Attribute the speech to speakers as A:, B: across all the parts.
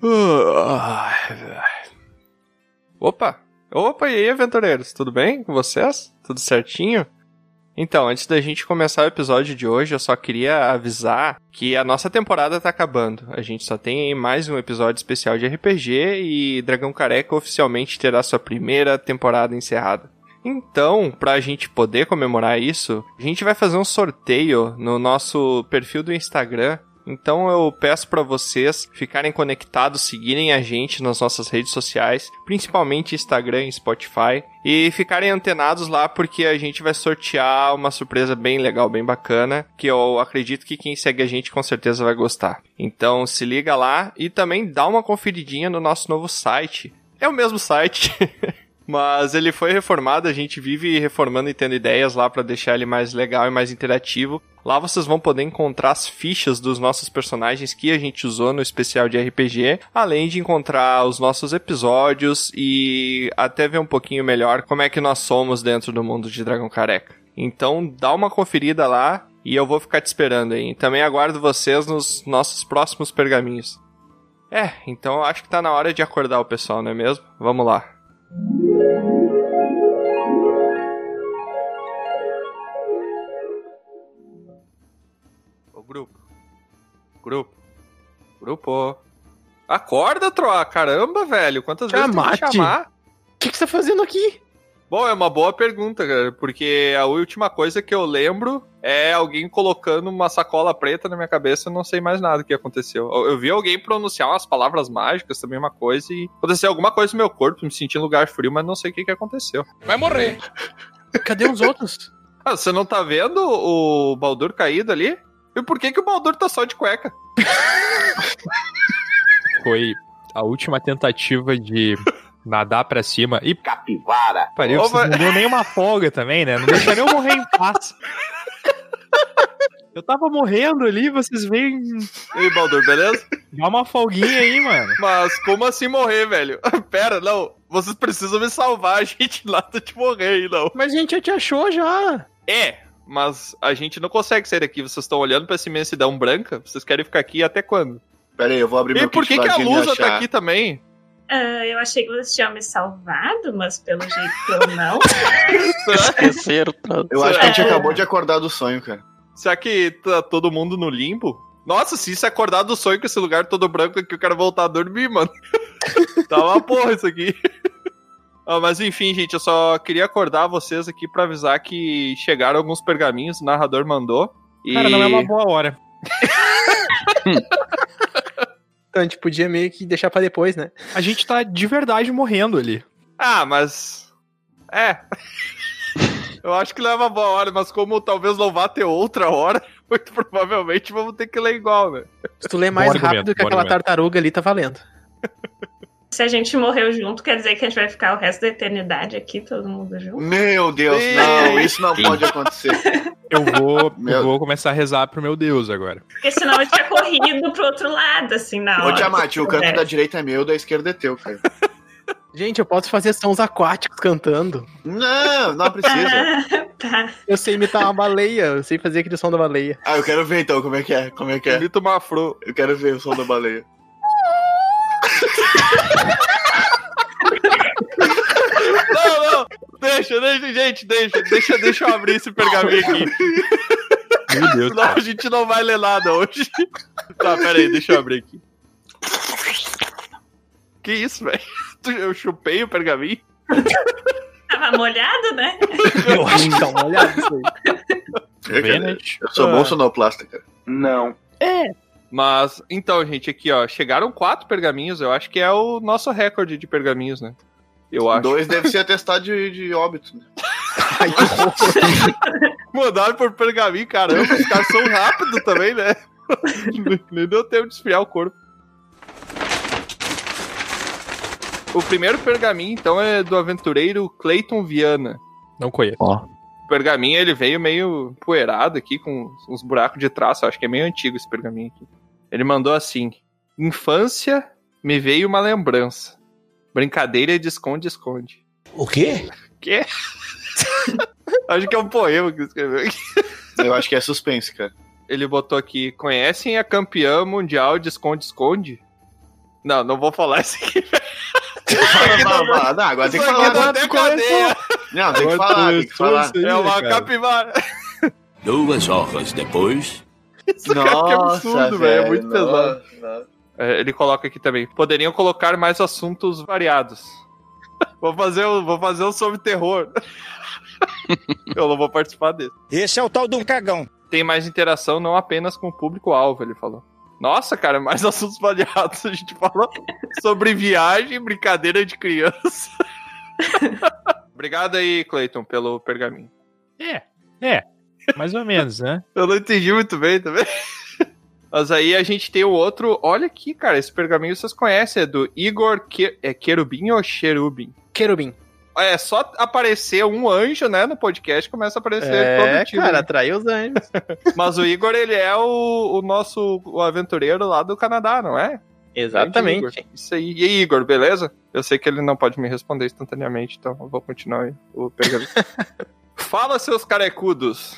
A: Uh, Opa! Opa, e aí, aventureiros? Tudo bem com vocês? Tudo certinho? Então, antes da gente começar o episódio de hoje, eu só queria avisar que a nossa temporada tá acabando. A gente só tem mais um episódio especial de RPG e Dragão Careca oficialmente terá sua primeira temporada encerrada. Então, pra gente poder comemorar isso, a gente vai fazer um sorteio no nosso perfil do Instagram então eu peço para vocês ficarem conectados, seguirem a gente nas nossas redes sociais, principalmente Instagram e Spotify, e ficarem antenados lá porque a gente vai sortear uma surpresa bem legal, bem bacana, que eu acredito que quem segue a gente com certeza vai gostar. Então se liga lá e também dá uma conferidinha no nosso novo site. É o mesmo site. Mas ele foi reformado, a gente vive reformando e tendo ideias lá para deixar ele mais legal e mais interativo. Lá vocês vão poder encontrar as fichas dos nossos personagens que a gente usou no especial de RPG, além de encontrar os nossos episódios e até ver um pouquinho melhor como é que nós somos dentro do mundo de Dragão Careca. Então dá uma conferida lá e eu vou ficar te esperando aí. Também aguardo vocês nos nossos próximos pergaminhos. É, então acho que tá na hora de acordar o pessoal, não é mesmo? Vamos lá. grupo. Grupo. Grupo. Acorda, Troa. Caramba, velho. Quantas vezes
B: Chamate.
A: tem que chamar?
B: O que, que você tá fazendo aqui?
A: Bom, é uma boa pergunta, cara, porque a última coisa que eu lembro é alguém colocando uma sacola preta na minha cabeça e eu não sei mais nada o que aconteceu. Eu, eu vi alguém pronunciar umas palavras mágicas, também uma coisa, e aconteceu alguma coisa no meu corpo, me senti em lugar frio, mas não sei o que, que aconteceu.
C: Vai morrer.
B: Cadê os outros?
A: Ah, você não tá vendo o Baldur caído ali? E por que, que o Baldur tá só de cueca?
C: Foi a última tentativa de nadar pra cima. E
D: capivara.
C: pariu,
A: Opa.
C: vocês não deu nenhuma folga também, né? Não deixaram eu morrer em paz. Eu tava morrendo ali, vocês vêm
A: E aí, Baldur, beleza?
C: dar uma folguinha aí, mano.
A: Mas como assim morrer, velho? Pera, não. Vocês precisam me salvar, a gente nada de morrer, aí, não.
B: Mas a gente já te achou já.
A: É, mas a gente não consegue sair daqui. Vocês estão olhando pra essa imensidão branca? Vocês querem ficar aqui até quando?
D: Pera aí, eu vou abrir
A: E
D: meu
A: por
D: kit
A: que, que a
D: ladinho e
A: Lusa
D: achar.
A: tá aqui também?
E: Ah, eu achei que você tinha me salvado, mas pelo jeito que eu não.
A: Será,
F: Esqueceram. tá?
D: Eu acho que a gente
E: É.
D: acabou de acordar do sonho, cara.
A: será que tá todo mundo no limbo? Nossa, se isso é acordar do sonho com esse lugar todo branco aqui, eu quero voltar a dormir, mano. tá uma porra isso aqui. Ah, mas enfim, gente, eu só queria acordar vocês aqui pra avisar que chegaram alguns pergaminhos, o narrador mandou. E...
C: Cara, não é uma boa hora.
B: Então a gente podia meio que deixar pra depois, né?
C: A gente tá de verdade morrendo ali.
A: Ah, mas. É. Eu acho que não é uma boa hora, mas como talvez não vá ter outra hora, muito provavelmente vamos ter que ler igual, né?
B: Se tu ler mais
C: Bom argumento,
B: rápido que
C: bom
B: aquela
C: argumento.
B: tartaruga ali, tá valendo.
E: Se a gente morreu junto, quer dizer que a gente vai ficar o resto da eternidade aqui, todo mundo junto.
D: Meu Deus,
A: Ih.
D: não, isso não pode acontecer.
C: Eu vou, eu
D: Meu-
C: vou começar a rezar pro meu Deus agora.
E: Porque senão eu tinha corrido pro outro lado, assim, na
D: Ô,
E: hora.
D: Tiamat, o canto
E: É.
D: da direita é meu, da esquerda é teu, cara.
B: Gente, eu posso fazer sons aquáticos cantando.
D: Não, não precisa.
E: Ah, tá.
B: Eu sei imitar uma baleia, eu sei fazer aquele som da baleia.
D: Ah, eu quero ver então como é que é, como é que é.
A: Mito Mafro.
D: Eu quero ver o som da baleia.
A: Não, não! Deixa, deixa, gente, deixa, deixa, deixa eu abrir esse pergaminho aqui.
C: Meu Deus.
A: Senão a gente não vai ler nada hoje. Tá, pera aí, deixa eu abrir aqui. Que isso, velho? Tu- Eu chupei o pergaminho?
E: Tava molhado, né?
B: Eu acho que dá uma olhada nisso aí.
D: Eu, quero-
C: Venet.
D: eu
A: Ah.
D: sou bom sonoplasta, cara.
F: Não.
A: Mas, então, gente, aqui, ó. Chegaram quatro pergaminhos, eu acho que é o nosso recorde de pergaminhos, né? Eu acho.
D: Dois deve ser atestado de, de óbito. né?
B: Ai, que horror.
A: Mandaram por pergaminho, caramba, os caras são rápidos também, né? Nem deu tempo de esfriar o corpo. O primeiro pergaminho, então, é do aventureiro Clayton Viana.
C: Não conheço.
A: O pergaminho, ele veio meio poeirado aqui, com uns buracos de traço. Acho que é meio antigo esse pergaminho aqui. Ele mandou assim: Infância, me veio uma lembrança. Brincadeira de esconde-esconde.
F: O quê?
A: Quê? Acho que é um poema que ele escreveu aqui.
D: Eu acho que é suspense, cara.
A: Ele botou aqui: conhecem a campeã mundial de esconde-esconde? Não, não vou falar isso aqui.
D: Não, não, não, agora tem que
A: tá Isso aqui é tá
D: falar.
A: não
D: Não,
A: tem cadeia.
D: tem que falar, tem que falar.
A: É uma capivara.
F: Duas horas depois.
A: que é um absurdo, velho, é muito
D: nossa, nossa.
A: É, ele coloca aqui também. Poderiam colocar mais assuntos variados. Vou fazer um, vou fazer um sobre terror. Eu não vou participar desse.
G: Esse é o tal do cagão.
A: Tem mais interação não apenas com o público-alvo, ele falou. Nossa, cara, mais assuntos variados. A gente falou sobre viagem, brincadeira de criança. Obrigado aí, Clayton, pelo pergaminho.
C: É, é. Mais ou menos, né?
A: Eu não entendi muito bem também. Mas aí a gente tem o outro. Olha aqui, cara, esse pergaminho vocês conhecem. É do Igor que... é Querubim ou Cherubim?
B: Querubim.
A: É só aparecer um anjo, né, no podcast, começa a aparecer
B: É,
A: todo tipo.
B: cara, atraiu os anjos.
A: Mas o Igor, ele é o, o nosso o aventureiro lá do Canadá, não é? Grande
B: Exatamente.
A: Igor. Isso aí. E aí, Igor, beleza? Eu sei que ele não pode me responder instantaneamente, então eu vou continuar aí o pergaminho. Fala, seus carecudos.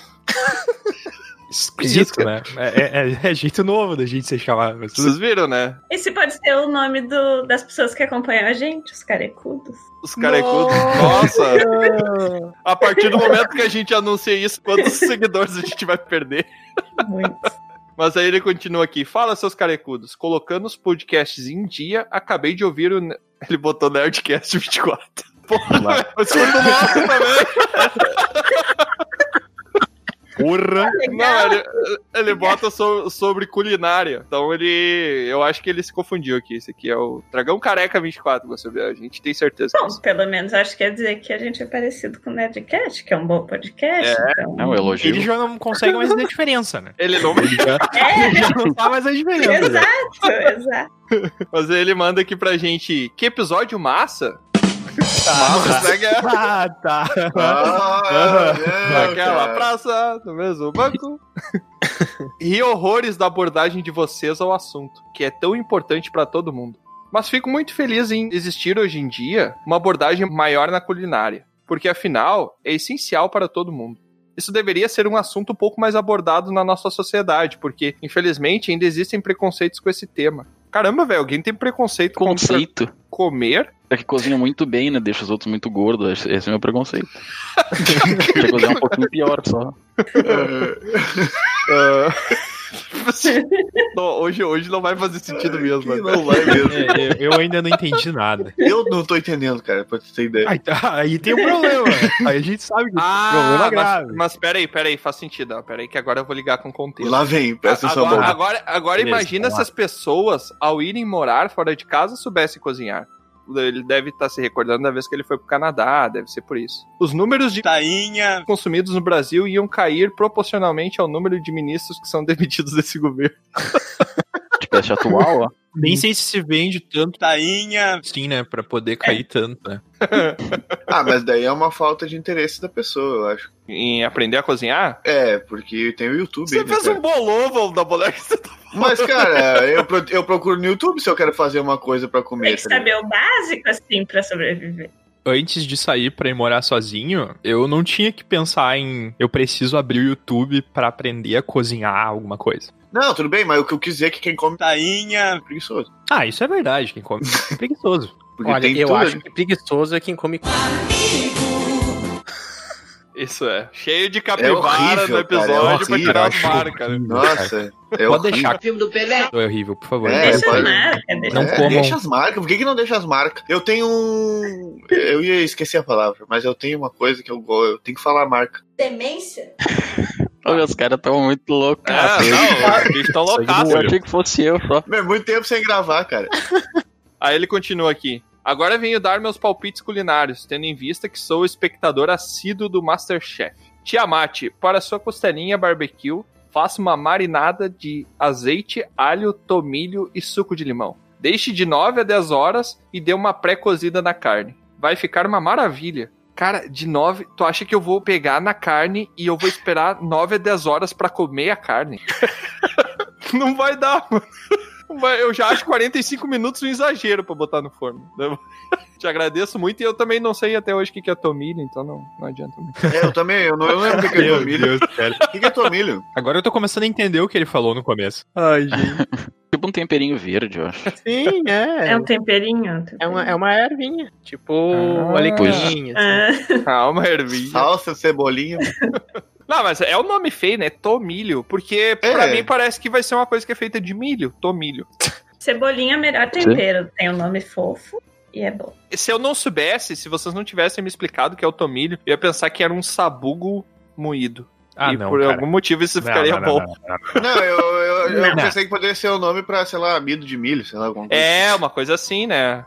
C: Esquisito,
A: Isso,
C: né? É, é- é jeito novo da gente se chamar. mas tudo-
A: Vocês viram, né?
E: Esse pode ser o nome do- das pessoas que acompanham a gente, os carecudos.
A: Os carecudos. Nossa! A partir do momento que a gente anuncia isso, quantos seguidores a gente vai perder?
E: Muitos.
A: Mas aí ele continua aqui. Fala, seus carecudos. Colocando os podcasts em dia, acabei de ouvir o. ne- Ele botou Nerdcast 24. Porra, velho, eu escuto o nosso também.
C: Porra!
A: Não, ele, ele bota so- sobre culinária. Então ele. Eu acho que ele se confundiu aqui. Esse aqui é o Dragão Careca 24, você vê. A gente tem certeza
E: Bom,
A: disso.
E: pelo menos acho que quer dizer que a gente é parecido com o Nerdcast, que é um bom podcast. então...
H: É um elogio.
C: Ele já não consegue mais ver a diferença, né?
A: Ele não.
C: Ele já,
E: É,
C: já não tá mais a diferença. né?
E: exato, exato.
A: Mas ele manda aqui pra gente. Que episódio massa! Massa, né, que é
C: Ah, tá.
D: Ah, meu,
A: Naquela
D: cara.
A: praça, no mesmo banco. e horrores da abordagem de vocês ao assunto, que é tão importante pra todo mundo. Mas fico muito feliz em existir hoje em dia uma abordagem maior na culinária, porque afinal é essencial para todo mundo. Isso deveria ser um assunto um pouco mais abordado na nossa sociedade, porque infelizmente ainda existem preconceitos com esse tema. Caramba, velho, alguém tem preconceito contra
H: Conceito.
A: comer?
H: É que cozinha muito bem, né? Deixa os outros muito gordos. Esse- Esse é o meu preconceito. Deixa eu cozinhar um pouquinho pior só.
A: Ah. Não, hoje, hoje não vai fazer sentido mesmo.
D: Que
A: né?
D: não vai mesmo.
C: É, eu, eu ainda não entendi nada.
D: Eu não tô entendendo, cara, pra você ter ideia.
C: Aí, tá- aí tem um problema. Aí a gente sabe que
A: Ah,
C: problema
A: mas-
C: grave.
A: Mas, peraí, peraí, faz sentido. Ó, peraí, que agora eu vou ligar com o contexto. Tá,
D: Lá vem, presta atenção,
A: agora,
D: boba.
A: agora, agora
C: Beleza,
A: imagina
C: vamos
A: se as pessoas, ao irem morar fora de casa, soubessem cozinhar. Ele deve estar se recordando da vez que ele foi pro Canadá, deve ser por isso. Os números de
G: Tainha.
A: consumidos no Brasil iam cair proporcionalmente ao número de ministros que são demitidos desse governo.
H: Tipo, esse atual, ó.
C: Nem sei se se vende tanto
G: Tainha.
C: assim, Uhum. né? Pra poder cair tanto, né?
D: Ah, mas daí é uma falta de interesse da pessoa, eu acho.
A: Em aprender a cozinhar?
D: É, porque tem o YouTube.
A: Você
D: né,
A: fez
D: cara?
A: um bolovo da moleque.
D: Mas, cara, eu, pro- eu procuro no YouTube se eu quero fazer uma coisa pra
E: Tem
D: comer.
E: que
D: tá ligado?
E: saber o básico, assim, pra sobreviver.
C: Antes de sair pra ir morar sozinho, eu não tinha que pensar em eu preciso abrir o YouTube pra aprender a cozinhar alguma coisa.
D: Não, tudo bem, mas o que eu quis dizer é que quem come tá
G: Tainha.
D: preguiçoso.
C: Ah, isso é verdade. Quem come é preguiçoso.
D: Porque
B: Olha,
D: tem
B: eu
D: tudo.
B: acho
D: né?
B: que preguiçoso é quem come.
A: Isso é. Cheio de capivara
D: horrível,
A: no
D: cara, é
A: episódio pra
D: horrível,
A: tirar
D: eu
A: as
D: acho
A: marcas.
D: Nossa, é
C: Pode
D: horrível.
C: deixar.
I: Filme do Pelé.
C: É horrível, por favor.
D: É,
E: deixa
D: pode-
E: a marca, deixa
C: Não
D: É,
C: comam.
D: Deixa as marcas. Por que, que não deixa as marcas? Eu tenho um. Eu ia esquecer a palavra, mas eu tenho uma coisa que eu gosto. Eu tenho que falar a marca.
I: Demência.
H: Olha, os caras tão muito loucos.
A: Ah, não, os bichos tão loucaços.
H: eu achei é que fosse eu só.
D: Meu, é muito tempo sem gravar, cara.
A: Aí ele continua aqui. Agora venho dar meus palpites culinários, tendo em vista que sou espectador assíduo do Masterchef. Tiamat, para sua costelinha barbecue, faça uma marinada de azeite, alho, tomilho e suco de limão. Deixe de 9 a 10 horas e dê uma pré-cozida na carne. Vai ficar uma maravilha. Cara, de 9, tu acha que eu vou pegar na carne e eu vou esperar 9 a 10 horas pra comer a carne? Não vai dar, Mas eu já acho 45 minutos um exagero pra botar no forno. Eu Te agradeço muito e eu também não sei até hoje o que que é tomilho, então não, não adianta muito.
D: É, eu também, eu não eu não lembro o que que é tomilho.
C: sério.
D: O que que é tomilho?
C: Agora eu tô começando a entender o que ele falou no começo.
A: Ai, gente.
H: Tipo um temperinho verde, eu acho.
B: Sim,
E: É
B: é.
E: um temperinho. um
B: É uma, é
E: temperinho.
B: uma ervinha. Tipo,
A: Ah.
B: alecrim. assim.
E: Ah,
A: Calma, Ervinha.
D: Salsa, cebolinha.
A: Não, mas é o nome feio, né? Tomilho. Porque
D: É.
A: pra mim parece que vai ser uma coisa que é feita de milho. Tomilho.
E: Cebolinha é o melhor tempero. Tem um nome fofo e é bom.
A: Se eu não soubesse, se vocês não tivessem me explicado o que é o tomilho, eu ia pensar que era um sabugo moído.
C: Ah,
A: e
C: não,
A: por
C: cara.
A: algum motivo isso
C: Não,
A: ficaria
C: não, não,
A: bom.
C: não, não, não.
D: Não, eu, eu, eu
C: Não.
D: pensei que poderia ser o nome pra, sei lá, amido de milho, sei lá, alguma coisa.
A: É, uma coisa assim, né?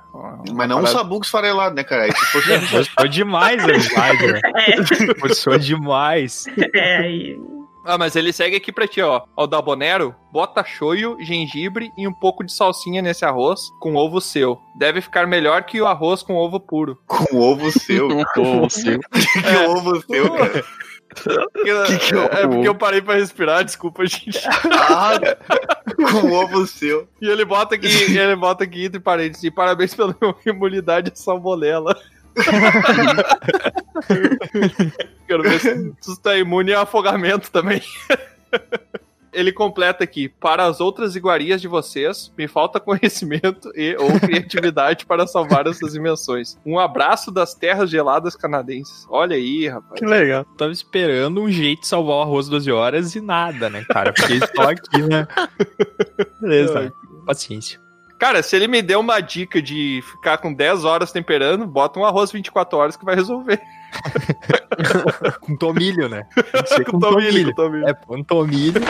D: Mas não um
A: parada-
D: sabugo esfarelado, né, cara? Aí se fosse-
C: Forçou demais a slide, né?
E: É,
C: Forçou demais.
E: é aí.
A: Ah, mas ele segue aqui pra ti, ó. Ó, o Dabonero, bota shoyu, gengibre e um pouco de salsinha nesse arroz com ovo seu. Deve ficar melhor que o arroz com ovo puro.
D: com ovo seu.
H: Um ovo seu.
D: Que ovo seu, cara.
A: Que
H: que é o
A: é
H: ovo?
A: porque eu parei pra respirar, desculpa, gente.
D: Ah, com ovo seu.
A: E ele bota aqui, ele bota aqui entre parênteses, e parabéns pela imunidade à salmonela. Quero ver se tu tá imune a afogamento também. Ele completa aqui, para as outras iguarias de vocês, me falta conhecimento e ou criatividade para salvar essas invenções. Um abraço das terras geladas canadenses. Olha aí, rapaz.
B: Que legal.
C: Tava esperando um jeito de salvar o arroz 12 horas e nada, né, cara? Fiquei só aqui, né? Beleza. Paciência.
A: Cara, se ele me deu uma dica de ficar com 10 horas temperando, bota um arroz 24 horas que vai resolver.
C: Com tomilho, né? Tem que ser com, tomilho.
A: com tomilho.
C: É, com tomilho.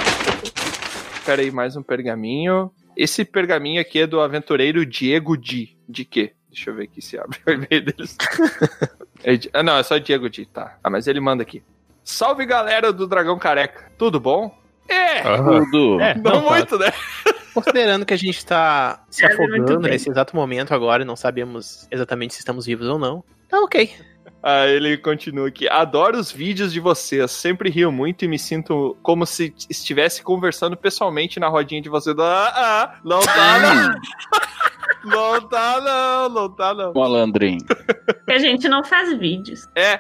A: Pera aí, mais um pergaminho. Esse pergaminho aqui é do aventureiro Diego Di. De quê? Deixa eu ver aqui se abre o e-mail deles. É Di- ah, não, é só Diego Di, tá. Ah, mas ele manda aqui. Salve galera do Dragão Careca. Tudo bom? É!
H: Tudo.
C: É,
A: não,
C: não, tá.
A: muito, né?
B: Considerando que a gente tá se
E: Serve muito
B: afogando
E: bem.
B: nesse exato momento agora e não sabemos exatamente se estamos vivos ou não, tá ok.
A: Ah, ele continua aqui. Adoro os vídeos de vocês. Sempre rio muito e me sinto como se t- estivesse conversando pessoalmente na rodinha de vocês. Ah, ah, não tá, não.
H: Hum,
A: Não tá, não. Não tá, não.
H: malandrinho.
E: Porque a gente não faz vídeos.
A: É.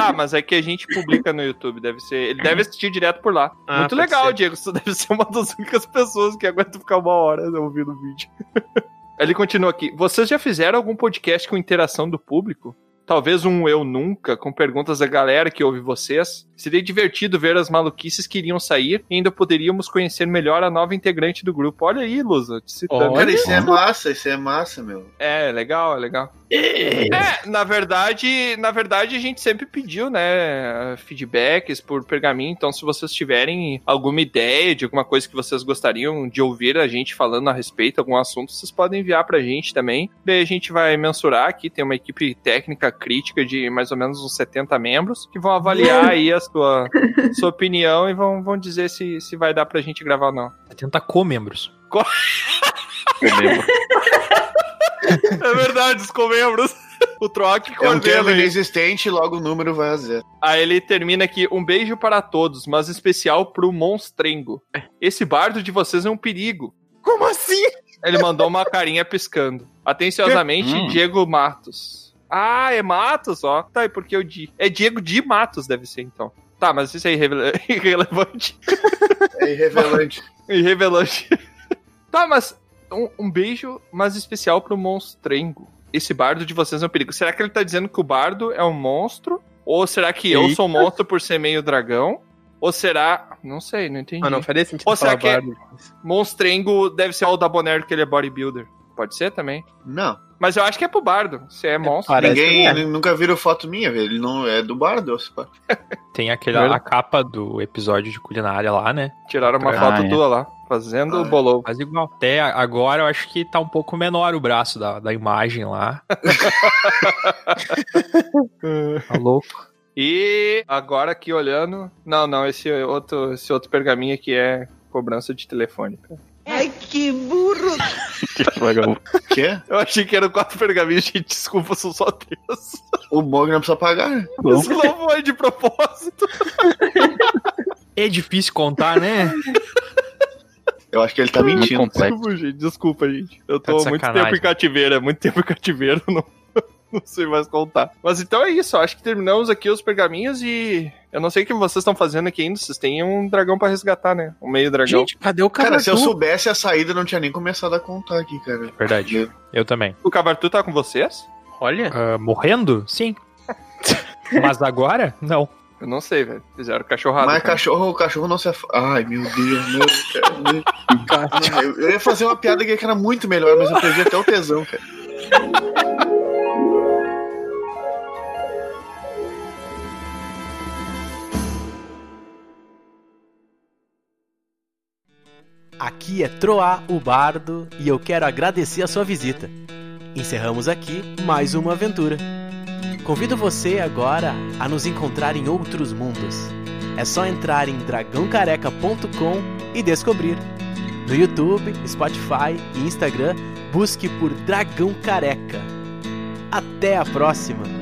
A: Ah, mas é que a gente publica no YouTube, deve ser. Ele deve assistir direto por lá.
B: Ah,
A: Muito
B: pode
A: legal,
B: ser.
A: Diego. Você deve ser uma das únicas pessoas que aguenta ficar uma hora ouvindo o vídeo. Ele continua aqui. Vocês já fizeram algum podcast com interação do público? Talvez um Eu Nunca, com perguntas da galera que ouve vocês. Seria divertido ver as maluquices que iriam sair e ainda poderíamos conhecer melhor a nova integrante do grupo. Olha aí, Lusa, te citando.
D: Cara, isso é massa, isso é massa, meu.
A: É, legal, é legal. É, na verdade, na verdade a gente sempre pediu, né, feedbacks por pergaminho, então se vocês tiverem alguma ideia de alguma coisa que vocês gostariam de ouvir a gente falando a respeito, algum assunto, vocês podem enviar pra gente também. Daí a gente vai mensurar aqui, tem uma equipe técnica crítica de mais ou menos uns 70 membros que vão
D: Uhum.
A: avaliar aí a sua, sua opinião e vão, vão dizer se, se vai dar pra gente gravar ou não.
C: Tenta co-membros.
H: Entendeu?
A: É verdade, os membros. O Troc
D: É um termo
A: coordena aí.
D: inexistente, logo o número vai a zero.
A: Aí ele termina aqui, um beijo para todos, mas especial pro Monstrengo. Esse bardo de vocês é um perigo.
B: Como assim?
A: Ele mandou uma carinha piscando. Atenciosamente,
H: Hum.
A: Diego Matos. Ah, é Matos, ó. Tá, e por que o Di? É Diego de Matos, deve ser, então. Tá, mas isso é irrele- irrelevante.
D: É irrevelante.
A: Irrevelante. tá, mas um, um beijo, mas especial pro Monstrengo. Esse bardo de vocês é um perigo. Será que ele tá dizendo que o bardo é um monstro? Ou será que eu sou um monstro por ser meio dragão? Ou será. Não sei, não entendi.
B: Ah, não faria sentido
A: Ou será
B: falar
A: que-
B: barba.
A: Monstrengo deve ser o da Bonero que ele é bodybuilder. Pode ser também.
D: Não,
A: Mas eu acho que é pro bardo. Se é monstro.
B: Parece
D: ninguém
B: que é.
D: ele nunca viram foto minha, velho. Ele não é do bardo, eu sei lá.
C: Tem aquela a capa do episódio de culinária lá, né?
A: Tiraram uma
C: Ah,
A: foto
H: é.
A: tua lá, fazendo
D: Ah,
A: o bolou.
C: Mas igual. Até agora eu acho que tá um pouco menor o braço da, da imagem lá. tá louco.
A: E agora aqui olhando. Não, não, esse outro, esse outro pergaminho aqui é cobrança de telefone.
H: Que vagabundo.
D: Quê?
A: Eu achei que eram quatro pergaminhos, gente. Desculpa, são só três.
D: O Bog não precisa pagar, né?
A: Isso não foi de propósito.
C: É difícil contar, né?
D: Eu acho que ele tá
H: Muito
D: mentindo.
H: complexo.
A: Desculpa, gente. Desculpa, gente. Eu
J: Tá
A: tô
J: de
A: há muito
J: sacanagem.
A: tempo em cativeiro, é muito tempo em cativeiro, não, não sei mais contar. Mas então é isso, eu acho que terminamos aqui os pergaminhos e eu não sei o que vocês estão fazendo aqui ainda, vocês têm um dragão pra resgatar, né? Um meio dragão.
K: Gente, cadê o cara?
D: Cara, se eu soubesse a saída, eu não tinha nem começado a contar aqui, cara.
J: Verdade. Eu também.
A: O Cabartu tá com vocês?
K: Olha,
J: Ah, morrendo? Sim. Mas agora? Não.
A: Eu não sei, velho. Fizeram cachorrada.
D: Mas
A: cara.
D: cachorro, o cachorro não se af... Ai, meu Deus, meu Deus. Não, eu- Eu ia fazer uma piada que era muito melhor, mas eu perdi até o tesão, cara.
C: Aqui é Troá, o Bardo, e eu quero agradecer a sua visita. Encerramos aqui mais uma aventura. Convido você agora a nos encontrar em outros mundos. É só entrar em dragãocareca.com e descobrir. No YouTube, Spotify e Instagram, busque por Dragão Careca. Até a próxima!